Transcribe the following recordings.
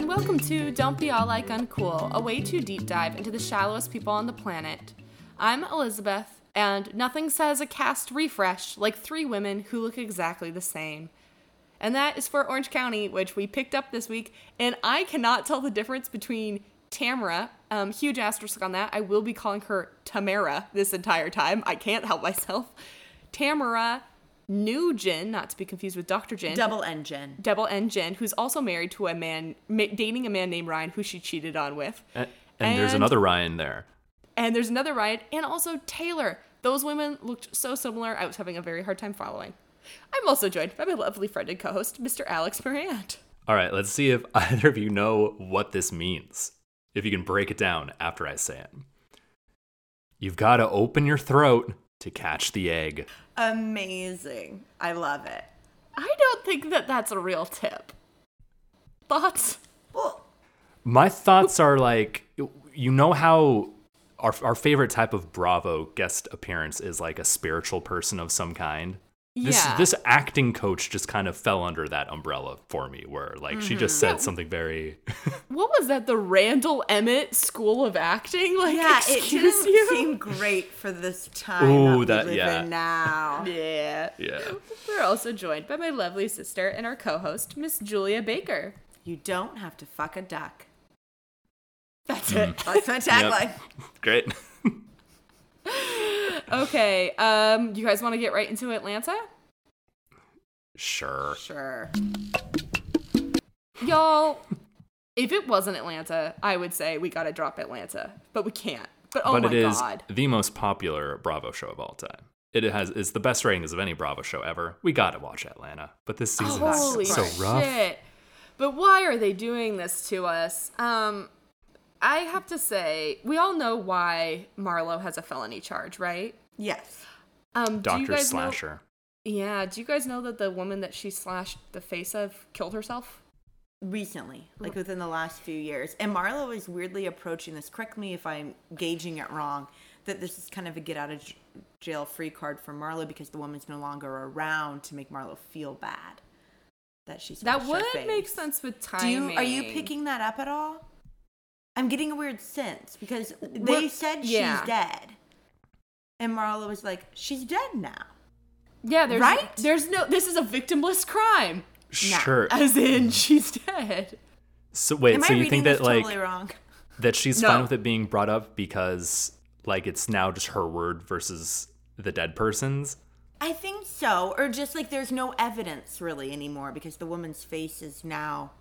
to Don't Be All Like Uncool, a way too deep dive into the shallowest people on the planet. I'm Elizabeth, and nothing says a cast refresh like three women who look exactly the same. And that is for Orange County, which we picked up this week, and I cannot tell the difference between Tamara, um, huge asterisk on that. I will be calling her Tamara this entire time. I can't help myself. Tamara Nugent, not to be confused with Dr. Jin. Double engine. Double N Jen, who's also married to a man, ma- dating a man named Ryan, who she cheated on with. And, and there's And- another Ryan there. And there's another Ryan, and also Taylor. Those women looked so similar, I was having a very hard time following. I'm also joined by my lovely friend and co host, Mr. Alex Morant. All right, let's see if either of you know what this means. If you can break it down after I say it. You've got to open your throat to catch the egg. Amazing. I love it. I don't think that that's a real tip. Thoughts? Well, My thoughts are like, you know how our, our favorite type of Bravo guest appearance is like a spiritual person of some kind? This, yeah. this acting coach just kind of fell under that umbrella for me, where like she Mm-hmm. just said something very. what was that? The Randall Emmett School of Acting? Like, yeah, it excuse didn't you? seem great for this time Ooh, that, that- we live yeah. in now. yeah. Yeah. We're also joined by my lovely sister and our co host, Miss Julia Baker. You don't have to fuck a duck. That's it. Mm. That's my tagline. Great. Okay. Um, you guys want to get right into Atlanta? Sure. Sure. Y'all, if it wasn't Atlanta, I would say we got to drop Atlanta, but we can't. But oh but my it is god. the most popular Bravo show of all time. It has is the best ratings of any Bravo show ever. We gotta watch Atlanta, but this season Holy is so rough. shit. But why are they doing this to us? Um I have to say, we all know why Marlo has a felony charge, right? Yes. Um do you Doctor guys Slasher. Know, yeah, do you guys know that the woman that she slashed the face of killed herself? Recently, like within the last few years. And Marlo is weirdly approaching this. Correct me if I'm gauging it wrong, that this is kind of a get out of j- jail free card for Marlo because the woman's no longer around to make Marlo feel bad that she's That would make sense with Do timing. you are you picking that up at all? I'm getting a weird sense because they We're- said yeah. she's dead, and Marlo was like, "She's dead now." Yeah, there's Right? There's no. This is a victimless crime, Sure. as in she's dead. So wait, Am so I you reading think this that like totally wrong? that she's No. fine with it being brought up because like it's now just her word versus the dead person's? I think so, or just like there's no evidence really anymore because the woman's face is now,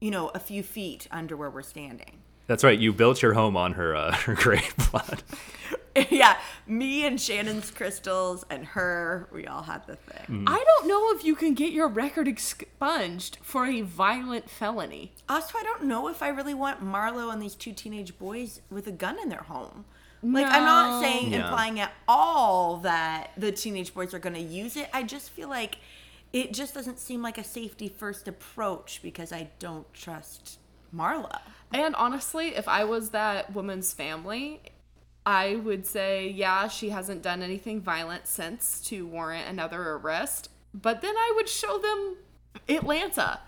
you know, a few feet under where we're standing. That's right. You built your home on her uh, her grave plot. yeah, me and Shannon's crystals and her, we all had the thing. I don't know if you can get your record expunged for a violent felony. Also, I don't know if I really want Marlo and these two teenage boys with a gun in their home. Like, I'm not No. saying, Yeah. implying at all that the teenage boys are going to use it. I just feel like it just doesn't seem like a safety first approach because I don't trust Marlo. And honestly, if I was that woman's family, I would say, yeah, she hasn't done anything violent since to warrant another arrest. But then I would show them Atlanta.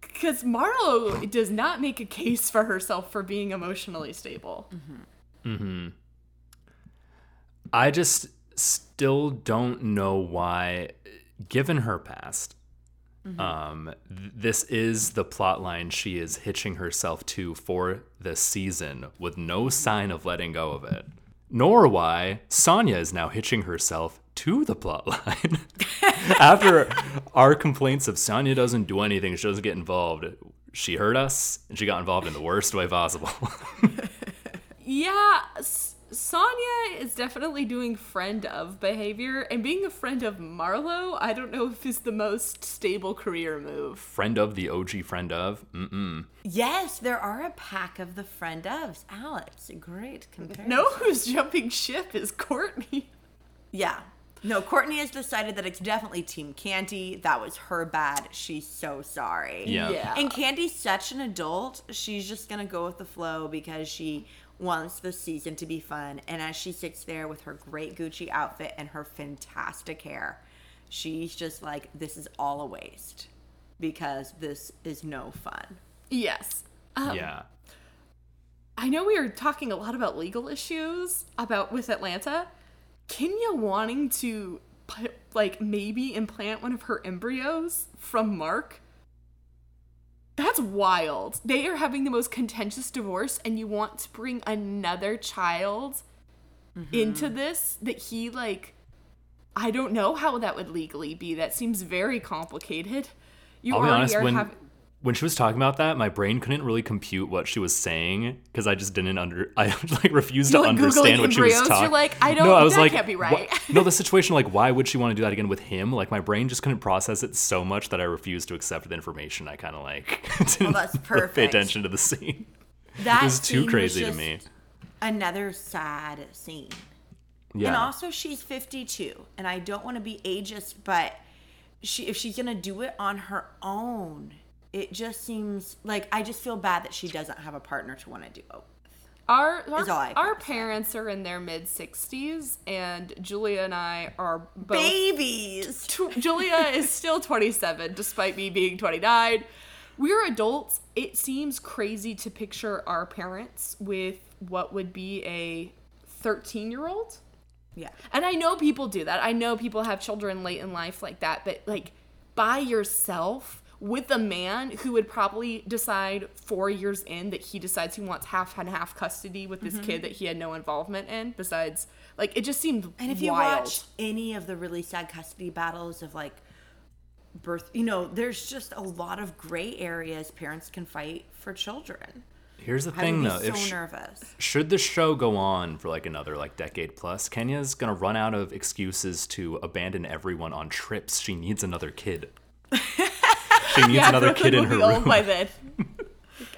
Because Marlo does not make a case for herself for being emotionally stable. I just still don't know why, given her past, um, th- this is the plot line she is hitching herself to for the season with no sign of letting go of it. Nor why Sonya is now hitching herself to the plot line. After our complaints of Sonya doesn't do anything, she doesn't get involved, she hurt us and she got involved in the worst way possible. Yeah, S- Sonya is definitely doing friend of behavior, and being a friend of Marlo, I don't know if is the most stable career move. friend of the OG friend of. Mm-mm. Yes, there are a pack of the friend ofs. Alex, great comparison. No, who's jumping ship is Courtney. Yeah. No, Courtney has decided that it's definitely Team Candy. That was her bad. She's so sorry. Yeah. Yeah. And Candy's such an adult. She's just going to go with the flow because she wants the season to be fun. And as she sits there with her great Gucci outfit and her fantastic hair, she's just like, this is all a waste because this is no fun. Yes. Um, yeah. I know we are talking a lot about legal issues about with Atlanta. Kenya wanting to put, like maybe implant one of her embryos from Mark. That's wild. They are having the most contentious divorce and you want to bring another child Mm-hmm. into this that he like I don't know how that would legally be. That seems very complicated. You I'll be already honest are when having when she was talking about that, my brain couldn't really compute what she was saying because I just didn't under I like refused You, to like, Googling understand what she was embryos, talking. you're like, I don't- No, I was that like, can't be wha- right. no, the situation like why would she want to do that again with him? Like my brain just couldn't process it so much that I refused to accept the information. I kind of like didn't that's pay perfect. attention to the scene. That It was too scene was crazy to just me. Another sad scene. Yeah. And also, she's 52, and I don't want to be ageist, but she if she's gonna do it on her own, it just seems like I just feel bad that she doesn't have a partner to want to do it. Our is all I our, gotta our parents are in their mid sixties, and Julia and I are both. Babies. Tw- Julia is still twenty seven, despite me being twenty nine. We're adults. It seems crazy to picture our parents with what would be a thirteen year old. Yeah. And I know people do that. I know people have children late in life like that, but like by yourself with a man who would probably decide four years in that he decides he wants half and half custody with Mm-hmm. this kid that he had no involvement in besides like it just seemed And if you wild. watch any of the really sad custody battles of like birth, you know, there's just a lot of gray areas parents can fight for children. Here's the I would thing be though, so if sh- nervous. should this show go on for like another like decade plus, Kenya's gonna run out of excuses to abandon everyone on trips. She needs another kid. she needs another Brooklyn kid in will her be old room. by then.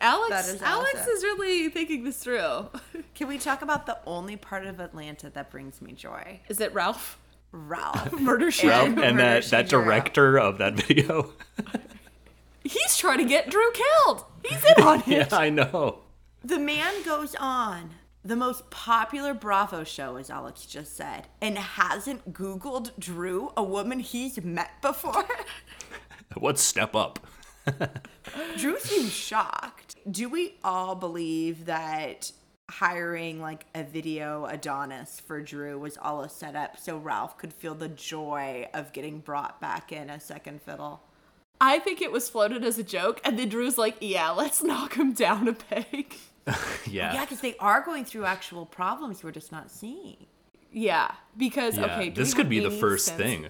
Alex, That is Alex awesome. is really thinking this through. Can we talk about the only part of Atlanta that brings me joy? Is it Ralph? Ralph. Murder she Ralph. did. and that She that drew out. director of that video. He's trying to get Drew killed. He's in on it. yeah, I know. The man goes on. The most popular Bravo show, as Alex just said, and hasn't Googled Drew, a woman he's met before. What step up? Drew seems shocked. Do we all believe that hiring like a video Adonis for Drew was all a setup so Ralph could feel the joy of getting brought back in as second fiddle? I think it was floated as a joke, and then Drew's like, yeah, let's knock him down a peg. Yeah. Yeah, because they are going through actual problems we're just not seeing. yeah, because, Yeah, okay, do we this could have be the any first sense- thing.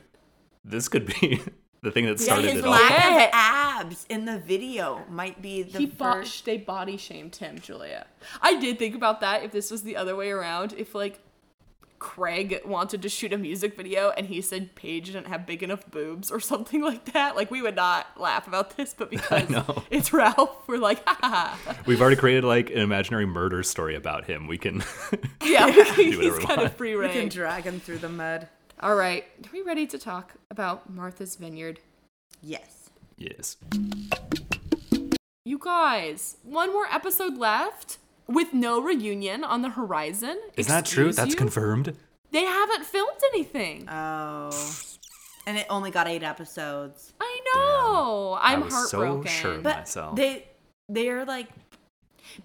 This could be the thing that Yeah, started his it lack all. Yeah. of abs in the video might be the He first. botched, they body shamed him, Julia. I did think about that if this was the other way around, if like Craig wanted to shoot a music video and he said Paige didn't have big enough boobs or something like that, like we would not laugh about this, but because know. it's Ralph, we're like, ha ha. ha. We've already created like an imaginary murder story about him. We can Yeah, we can- whatever he's we kind of want. free can range. drag him through the mud. All right, are we ready to talk about Martha's Vineyard? Yes. Yes. You guys, one more episode left with no reunion on the horizon. Is that true? Excuse That's you? confirmed. They haven't filmed anything. Oh. And it only got eight episodes. I know. I'm was so heartbroken. sure. But but myself. they they're like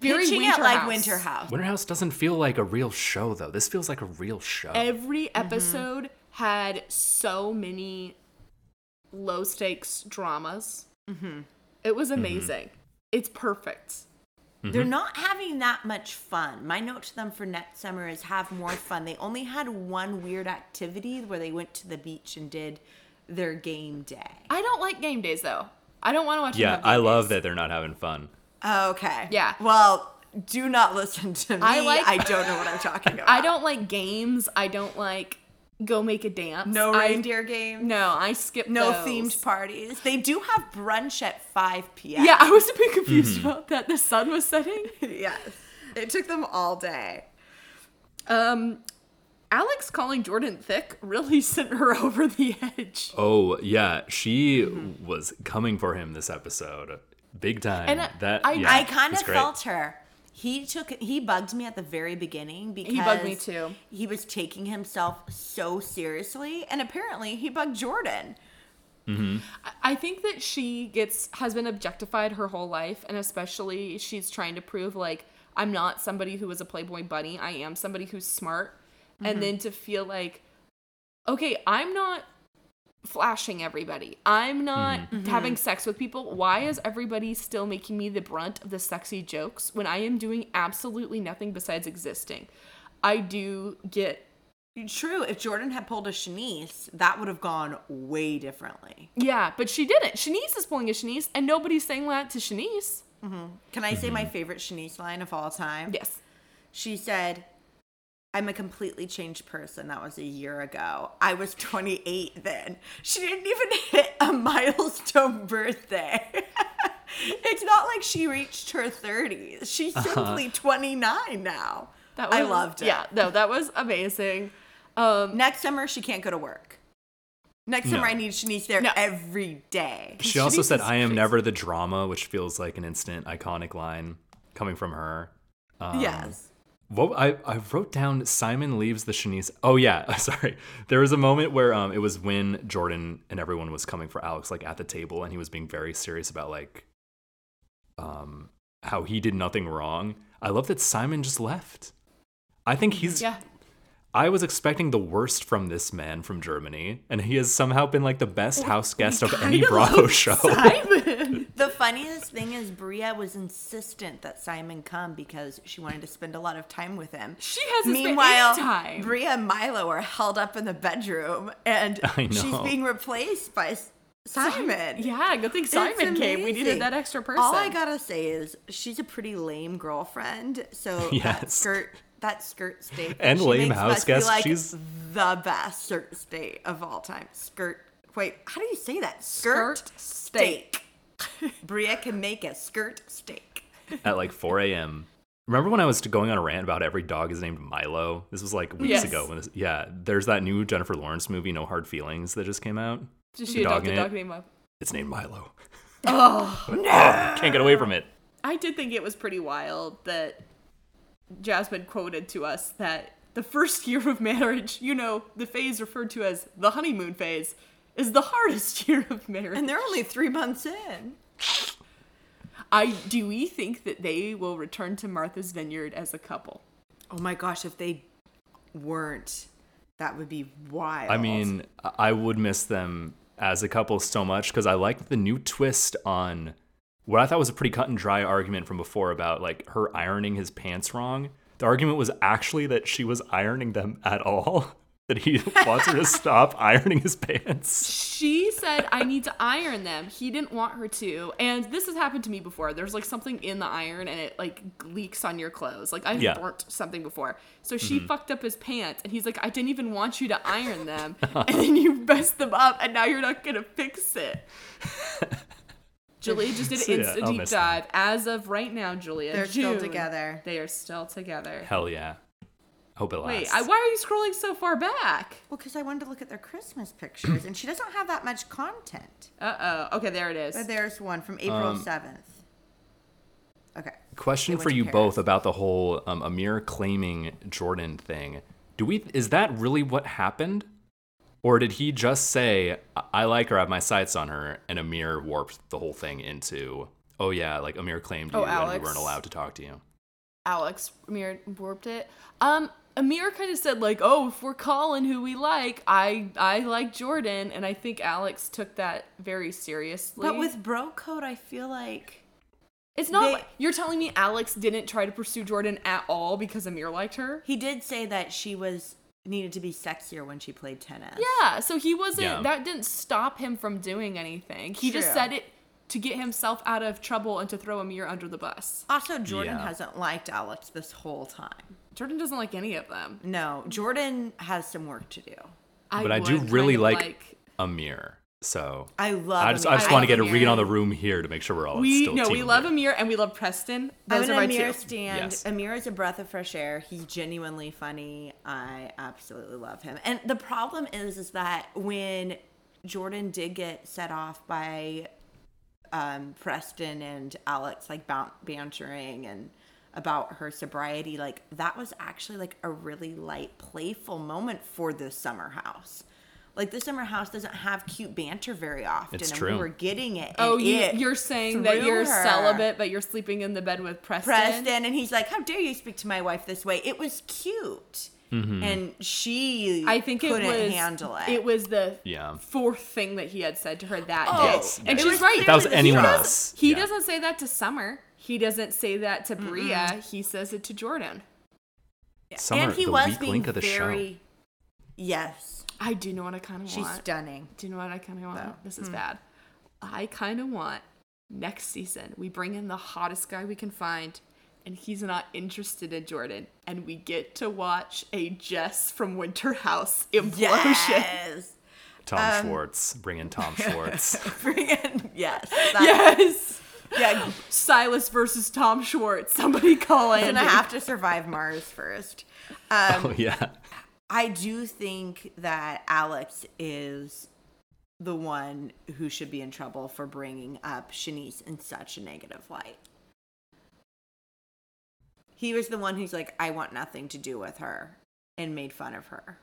Very pitching Winter it like House. Winter House. Winterhouse doesn't feel like a real show though. This feels like a real show. every Mm-hmm. episode had so many low stakes dramas. Mm-hmm. It was Mm-hmm. amazing. It's perfect. They're not having that much fun. My note to them for next summer is have more fun. They only had one weird activity where they went to the beach and did their game day. I don't like game days though. I don't want to watch. them yeah, have game I love days. that they're not having fun. Oh, Okay. Yeah. Well, do not listen to me. I I, like- don't know what I'm talking about. I don't like games. I don't like go make a dance. No I- reindeer game. No, I skip No those. themed parties. They do have brunch at 5 p.m. Yeah, I was a bit confused about that. The sun was setting. yes. It took them all day. Um, Alex calling Jordan thick really sent her over the edge. Oh yeah, she was coming for him this episode, big time. And I- that I- yeah, I kind it's of great. felt her. He took he bugged me at the very beginning because bugged me too. He was taking himself so seriously, and apparently he bugged Jordan. I- I think that she gets has been objectified her whole life, and especially she's trying to prove like I'm not somebody who is a playboy bunny. I am somebody who's smart, and then to feel like, okay, I'm not flashing everybody. I'm not having sex with people. Why is everybody still making me the brunt of the sexy jokes when I am doing absolutely nothing besides existing? I do get True. If Jordan had pulled a Shanice, that would have gone way differently. yeah, but she didn't. Shanice is pulling a Shanice, and nobody's saying that to Shanice. Can I say my favorite Shanice line of all time? Yes. She said, I'm a completely changed person. That was a year ago. I was 28 then. She didn't even hit a milestone birthday. it's not like she reached her 30s. She's Uh-huh. simply 29 now. That was, I loved it. Yeah, no, that was amazing. Um, Next summer, she can't go to work. Next summer, No. I need Shanice there No. every day. She also Shanice said, is "I am crazy. never the drama," which feels like an instant iconic line coming from her. Um, yes. What I, I wrote down Simon leaves the Shanice. Oh yeah, sorry. There was a moment where um it was when Jordan and everyone was coming for Alex like at the table and he was being very serious about like um how he did nothing wrong. I love that Simon just left. I think he's yeah, I was expecting the worst from this man from Germany and he has somehow been like the best house guest of any Bravo show. The funniest thing is Bria was insistent that Simon come because she wanted to spend a lot of time with him. She hasn't spent Meanwhile, any time. Bria and Milo are held up in the bedroom, and I she's know. being replaced by S- Simon. yeah. Good thing It's Simon came. We needed amazing. that extra person. All I gotta say is she's a pretty lame girlfriend. So that Yes. skirt, that skirt state, that And she lame makes house must be, guest, Like she's- the best skirt state of all time. Skirt. Wait, how do you say that? Skirt steak. Bria can make a skirt steak. at like 4 a.m. Remember when I was going on a rant about every dog is named Milo? This was like weeks Yes. ago. When this, yeah, there's that new Jennifer Lawrence movie, No Hard Feelings, that just came out. Did The she adopt dog in the it. dog name up? It's named Milo. Oh, can't get away from it. I did think it was pretty wild that Jasmine quoted to us that the first year of marriage, you know, the phase referred to as the honeymoon phase, is the hardest year of marriage. And they're only three months in. I do we think that they will return to Martha's Vineyard as a couple? Oh my gosh, if they weren't, that would be wild. I mean, I I would miss them as a couple so much because I liked the new twist on what I thought was a pretty cut and dry argument from before about like her ironing his pants wrong. The argument was actually that she was ironing them at all. That he wants her to stop ironing his pants. She said, I need to iron them. He didn't want her to. And this has happened to me before. There's like something in the iron and it like leaks on your clothes. Like I've Yeah. Mm-hmm. burnt something before. So she fucked up his pants and he's like, I didn't even want you to iron them. and then you messed them up and now you're not going to fix it. Julia just did So, an yeah, insta I'll deep miss dive. As of right now, Julia, they're still June, together. They are still together. Hell yeah. Hope it Wait, lasts. I, why are you scrolling so far back? Well, because I wanted to look at their Christmas pictures, and she doesn't have that much content. Uh oh. Okay, there it is. But there's one from April seventh. Okay. Question went for to you Paris. both about the whole um, Amir claiming Jordan thing. Do we is that really what happened? Or did he just say I, I like her, I have my sights on her, and Amir warped the whole thing into oh yeah, like Amir claimed Oh, you and Alex. we weren't allowed to talk to you. Alex Amir warped it. Um, Amir kind of said like, "Oh, if we're calling who we like, I I like Jordan," and I think Alex took that very seriously. But with bro code, I feel like it's not they- you're telling me Alex didn't try to pursue Jordan at all because Amir liked her. he did say that she was needed to be sexier when she played tennis. Yeah, so he wasn't. Yeah. That didn't stop him from doing anything. He just True. said it to get himself out of trouble and to throw Amir under the bus. Also, Jordan Yeah. hasn't liked Alex this whole time. Jordan doesn't like any of them. No, Jordan has some work to do. I But I, do would kind really of like, Amir. So I love. I just Amir. I just I want to love get a Amir. read on the room here to make sure we're all We still no, team we love Amir. Amir and we love Preston. I'm Those an are my Amir two. stand. Yes. Amir is a breath of fresh air. He's genuinely funny. I absolutely love him. And the problem is, is that when Jordan did get set off by um, Preston and Alex, like bou- bantering and about her sobriety, like that was actually like a really light, playful moment for the summer house. Like the summer house doesn't have cute banter very often. It's and true. We were getting it. Oh, and you, it you're saying that through you're her. celibate, but you're sleeping in the bed with Preston. Preston, and he's like, "How dare you speak to my wife this way?" It was cute, Mm-hmm. and she I think it couldn't was handle it. It was the Yeah. fourth thing that he had said to her that Oh, day, Yes, and yes. she's It was right. That was Clearly the anyone truth. else. He Yeah. doesn't say that to Summer. He doesn't say that to Bria. He says it to Jordan. Summer, and he the was weak being link of the very show. yes, I do know what I kind of she's want. stunning. Do you know what I kind of want? This is bad. I kind of want next season we bring in the hottest guy we can find, and he's not interested in Jordan, and we get to watch a Jess from Winter House implosion. Yes, Tom um, Schwartz. Bring in Tom Schwartz. Bring in- yes, that- Yes. yeah. Silas versus Tom Schwartz. Somebody call in. He's gonna have to survive Mars first. Um, oh, yeah. I do think that Alex is the one who should be in trouble for bringing up Shanice in such a negative light. He was the one who's like, I want nothing to do with her and made fun of her.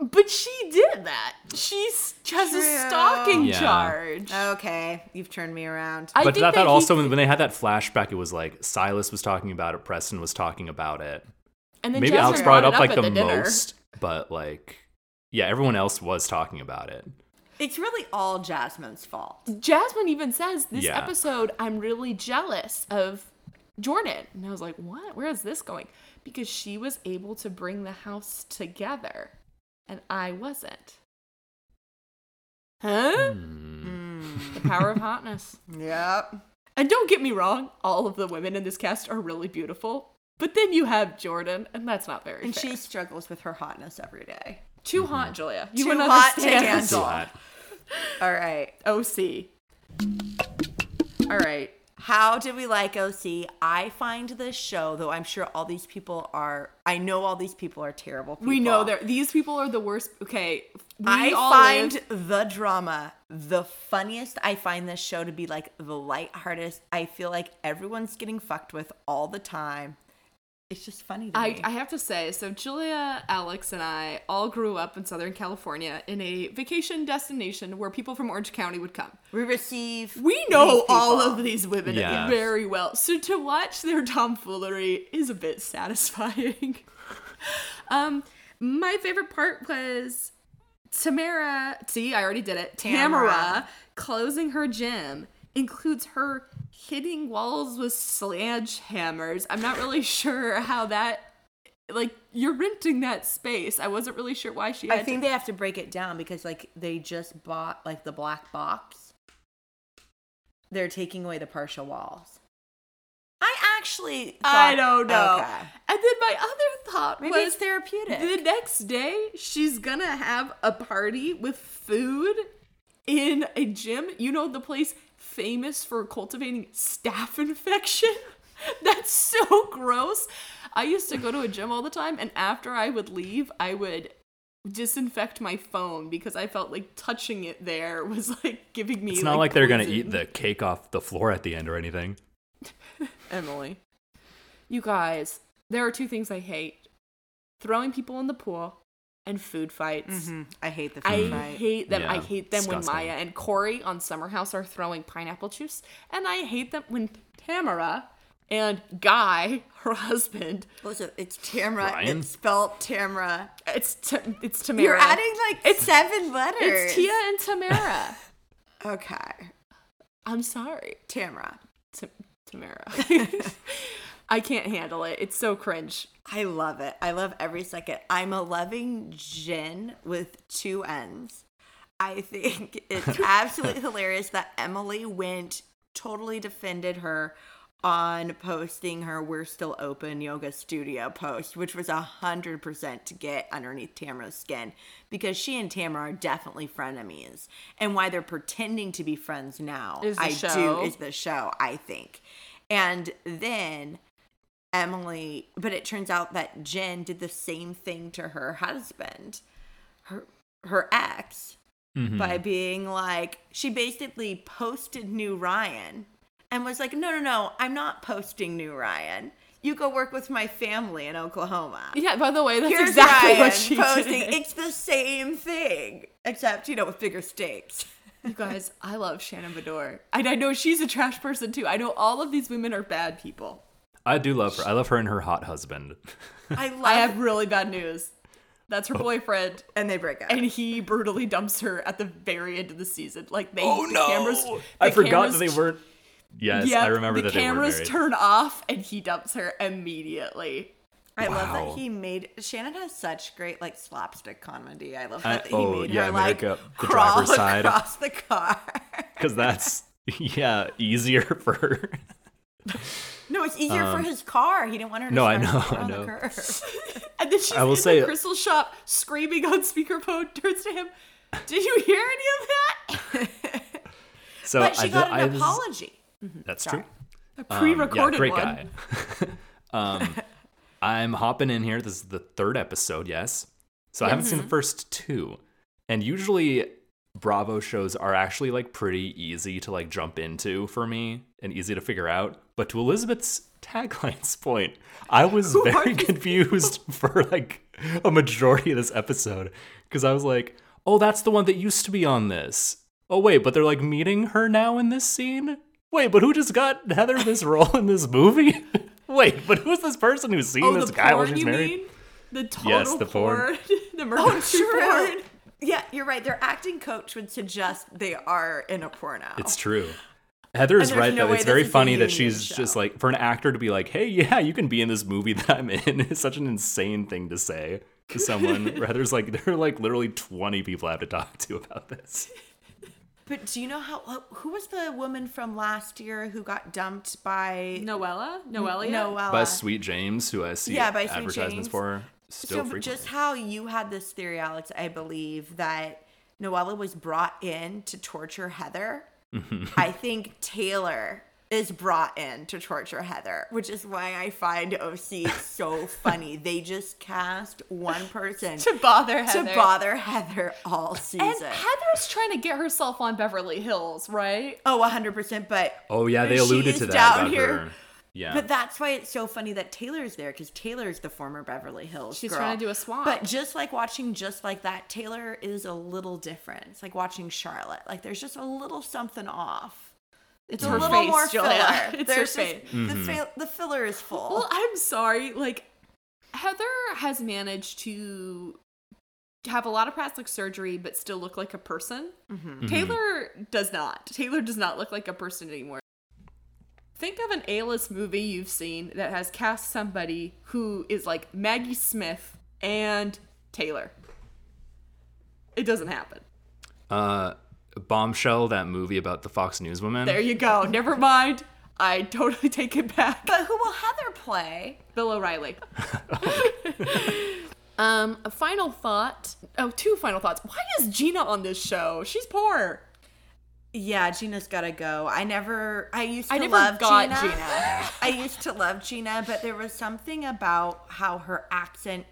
But she did that. She s- has a True. stalking Yeah. charge. Okay, you've turned me around. I but think I that, thought he- also when, when they had that flashback, it was like Silas was talking about it, Preston was talking about it. and then Maybe Jess Alex brought brought it up up like at the, dinner. most, but like, yeah, everyone else was talking about it. It's really all Jasmine's fault. Jasmine even says this Yeah. episode, I'm really jealous of Jordan. And I was like, what? Where is this going? Because she was able to bring the house together and I wasn't. Huh? Hmm. The power of hotness. Yep. And don't get me wrong, all of the women in this cast are really beautiful. But then you have Jordan, and that's not very And fair. she struggles with her hotness every day. too hot, Julia. You Too wouldn't hot to understand. Oh, handle. But All right. OC. All right. How did we like OC? I find this show, though I'm sure all these people are, I know all these people are terrible people. We know that these people are the worst. Okay, we I all find live- the drama the funniest. I find this show to be like the lightheartedest. I feel like everyone's getting fucked with all the time. It's just funny to I, me. I have to say, so Julia, Alex, and I all grew up in Southern California in a vacation destination where people from Orange County would come. we receive. We know these all people. of these women Yeah. very well. So to watch their tomfoolery is a bit satisfying. um, my favorite part was Tamara, see, I already did it. Tamara, Tamara. closing her gym includes her hitting walls with sledgehammers. I'm not really sure how that like you're renting that space. I wasn't really sure why she had I think they have to break it down because like they just bought like the black box. They're taking away the partial walls. I actually. to, I thought- don't know. Okay. And then my other thought Maybe was it's therapeutic. The next day, she's gonna have a party with food in a gym. You know, the place famous for cultivating staph infection? That's so gross. I used to go to a gym all the time, and after I would leave, I would disinfect my phone because I felt like touching it there was like giving me. it's not like they're going to poison. eat the cake off the floor at the end or anything. Emily. You guys, there are two things I hate throwing people in the pool and food fights. Hmm, I hate the food I fight. hate them. I Mm. Yeah, hate them disgusting. when Maya and Corey on Summer House are throwing pineapple juice. And I hate them when Tamara and Guy, her husband, What's it? It's Tamra. Brian? It's spelled Tamra. it's t- it's Tamara. You're adding like seven letters. it's Tia and Tamara. Okay. I'm sorry. Tamra. T- Tamara. I can't handle it. It's so cringe. I love it. I love every second. I'm a loving gin with two N's. I think it's absolutely hilarious that Emily went totally defended her on posting her We're Still Open Yoga Studio post, which was 100% to get underneath Tamara's skin because she and Tamara are definitely frenemies. And why they're pretending to be friends now, Is the I show. do, is the show, I think. And then Emily, but it turns out that Jen did the same thing to her husband, her her ex, Mm-hmm. by being like she basically posted new Ryan and was like, "No, no, no, I'm not posting new Ryan. you go work with my family in Oklahoma. Yeah, by the way, that's Here's exactly Ryan what she posing. did. It's the same thing, except you know with bigger stakes. You guys, I love Shannon Bedore. And I know she's a trash person too. I know all of these women are bad people. I do love her. I love her and her hot husband. I love, I have really bad news. That's Oh. her boyfriend, and they break up. and he brutally dumps her at the very end of the season. Like they, Oh the no! cameras, the I forgot cameras that they t- weren't. Yes, Yep, I remember the that they were cameras married. turn off, and he dumps her immediately. I love Wow. that he made Shannon has such great like slapstick comedy. I love I- that, that he oh, made yeah, her America, like the crawl driver's side. across the car. Because that's yeah easier for her. no, it's easier for his car. He didn't want her to Um, no, I start know, I on the know. curb. And then she's I will in say- the crystal shop screaming on speakerphone. Turns to him, "Did you hear any of that?" Um, So But I, she got I an was- apology. That's Sorry. true. A Um, pre-recorded yeah, great one. guy. um, I'm hopping in here. This is the third episode, yes. So I haven't Mm-hmm. seen the first two, and usually Bravo shows are actually like pretty easy to like jump into for me and easy to figure out. But to Elizabeth's tagline's point, I was Who are very these confused for like a majority of this episode because I was like, "Oh, that's the one that used to be on this." Oh wait, but they're like meeting her now in this scene. Wait, but who just got Heather this role in this movie? wait, but who's this person who's seeing Oh, this the guy while porn, she's you married? mean? The total Yes, the porn. porn. the Oh, murder porn. Yeah, you're right. Their acting coach would suggest they are in a porno. It's true. Heather is there's right no though. way It's this very is a funny that union she's show. just like for an actor to be like, "Hey, yeah, you can be in this movie that I'm in." It's such an insane thing to say to someone. where Heather's like, "There are like literally 20 people I have to talk to about this." but do you know how? Who was the woman from last year who got dumped by Noella? Noelia? Noella? by Sweet James, who I see yeah, by Sweet advertisements James. for still so frequently. just how you had this theory, Alex, I believe that Noella was brought in to torture Heather. Mm-hmm. I think Taylor is brought in to torture Heather, which is why I find OC so funny. They just cast one person To bother to Heather. bother Heather all And season. Heather's trying to get herself on Beverly Hills, right? Oh, 100%. But oh yeah, they she alluded is to that down about here. her. Yeah, But that's why it's so funny that Taylor's there because Taylor's the former Beverly Hills. She's girl. trying to do a swap. But just like watching Just Like That, Taylor is a little different. It's like watching Charlotte. Like there's just a little something off. It's It's her a little face, more Julia. filler. It's there's her just- face. Mm-hmm. the, fa- the filler is full. Well, I'm sorry. Like, Heather has managed to have a lot of plastic surgery but still look like a person. Taylor does not. Taylor does not look like a person anymore. Think of an A-list movie you've seen that has cast somebody who is like Maggie Smith and Taylor. It doesn't happen. uh, Bombshell, that movie about the Fox News woman. There you go. Never mind. I totally take it back. but who will Heather play? Bill O'Reilly. um, a final thought. Oh, two final thoughts. Why is Gina on this show? She's poor. Yeah, Gina's gotta go. I never, I used to I never love got Gina. Gina. I used to love Gina, but there was something about how her accent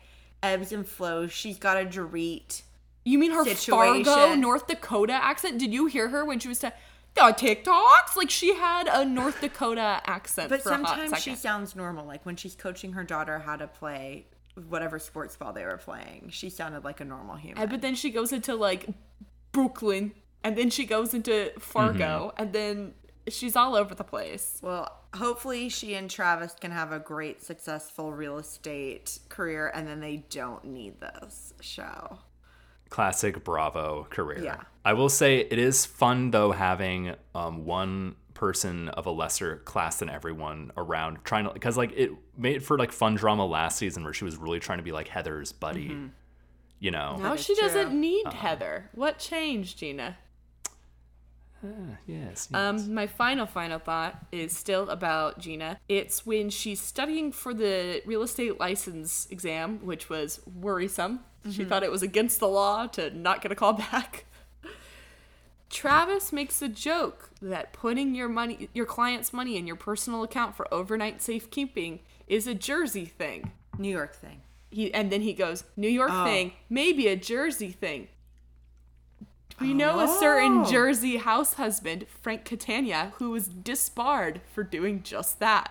ebbs and flows. She's got a Dorit. You mean her Fargo, Situation. North Dakota accent? Did you hear her when she was ta- the TikToks? Like she had a North Dakota accent. But for a hot sometimes second. she sounds normal. Like when she's coaching her daughter how to play whatever sports ball they were playing, she sounded like a normal human. And- But then she goes into like Brooklyn, and then she goes into Fargo, and then she's all over the place. well, hopefully she and Travis can have a great, successful real estate career, and then they don't need this show. classic Bravo career. Yeah. I will say it is fun though having um, one person of a lesser class than everyone around trying to because like it made for like fun drama last season where she was really trying to be like Heather's buddy. Mm-hmm. You know, Now is she doesn't true. need Heather. What changed, Gina? yes, yes. Um, my final, final thought is still about Gina. It's when she's studying for the real estate license exam, which was worrisome. She thought it was against the law to not get a call back. Travis makes a joke that putting your money, your client's money in your personal account for overnight safekeeping is a Jersey thing. New York thing. He and then he goes, New York Oh. thing, maybe a Jersey thing. We know a certain Oh. Jersey house husband, Frank Catania, who was disbarred for doing just that.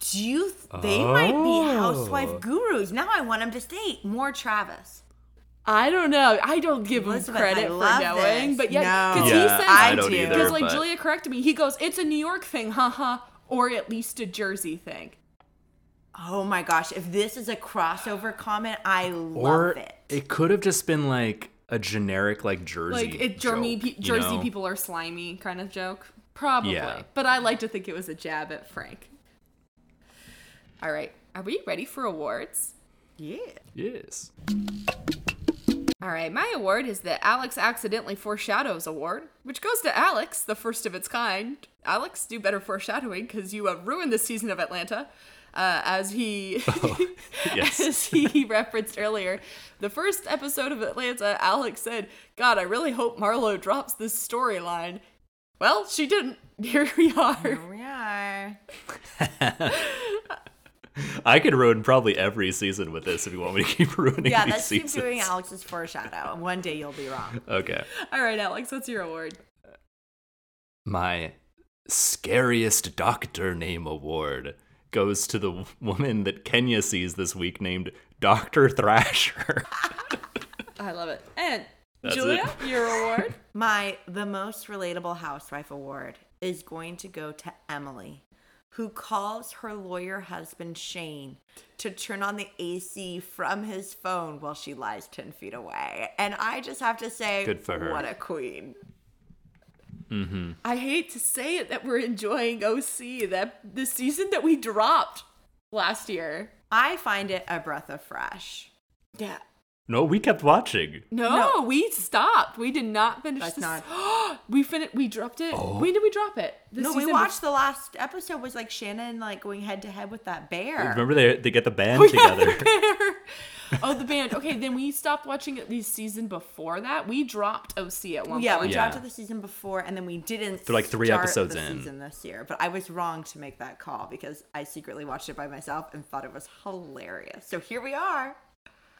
Do you? Th- they might be housewife gurus. Now I want them to date more Travis. I don't know. I don't give Elizabeth, him credit I for love knowing, this. but yeah, No. because he Yeah, says I don't either, Because like but- Julia corrected me, he goes, "It's a New York thing, haha, or at least a Jersey thing." Oh my gosh! If this is a crossover comment, I love or it. could have just been like a generic like Jersey, Like it, Jersey, joke, pe- you Jersey know? people are slimy kind of joke, probably. Yeah. But I like to think it was a jab at Frank. All right, are we ready for awards? Yeah. Yes. All right, my award is the Alex Accidentally Foreshadows Award, which goes to Alex, the first of its kind. Alex, do better foreshadowing because you have ruined the season of Atlanta. Uh, as he, Oh, yes. as he referenced earlier, the first episode of Atlanta, Alex said, "God, I really hope Marlo drops this storyline." Well, she didn't. Here we are. Here we are. I could ruin probably every season with this if you want me to keep ruining. Yeah, these let's keep doing seasons. Alex's foreshadow. One day you'll be wrong. Okay. All right, Alex, what's your award? my scariest doctor name award goes to the woman that Kenya sees this week named Dr. Thrasher. I love it. And That's Julia, your award. My the most relatable housewife award is going to go to Emily, who calls her lawyer husband Shane to turn on the AC from his phone while she lies ten feet away. And I just have to say, Good for her. What a queen! I hate to say it that we're enjoying OC that the season that we dropped last year. I find it a breath of fresh. Yeah. no, we kept watching. No, we stopped. We did not finish That's this. not- we fin- we dropped it. When did we drop it? This no, we season- watched the last episode was like Shannon like going head to head with that bear. Remember they they get the band Yeah, the together. bear. oh, the band. Okay, then we stopped watching it the season before that. We dropped OC at one Yeah, we point. dropped Yeah. it the season before, and then we didn't. They're like three start episodes the in. season this year, but I was wrong to make that call because I secretly watched it by myself and thought it was hilarious. So here we are.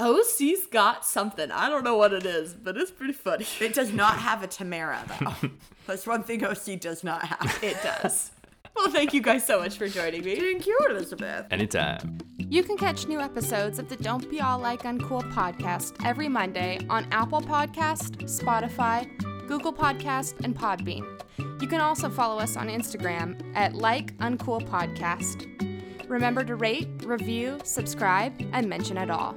OC's got something. I don't know what it is, but it's pretty funny. It does not have a Tamara though. That's one thing OC does not have. It does. well, thank you guys so much for joining me. Thank you, Elizabeth. Anytime. You can catch new episodes of the Don't Be All Like Uncool podcast every Monday on Apple Podcast, Spotify, Google Podcast, and Podbean. You can also follow us on Instagram at Like Uncool Podcast. Remember to rate, review, subscribe, and mention it all.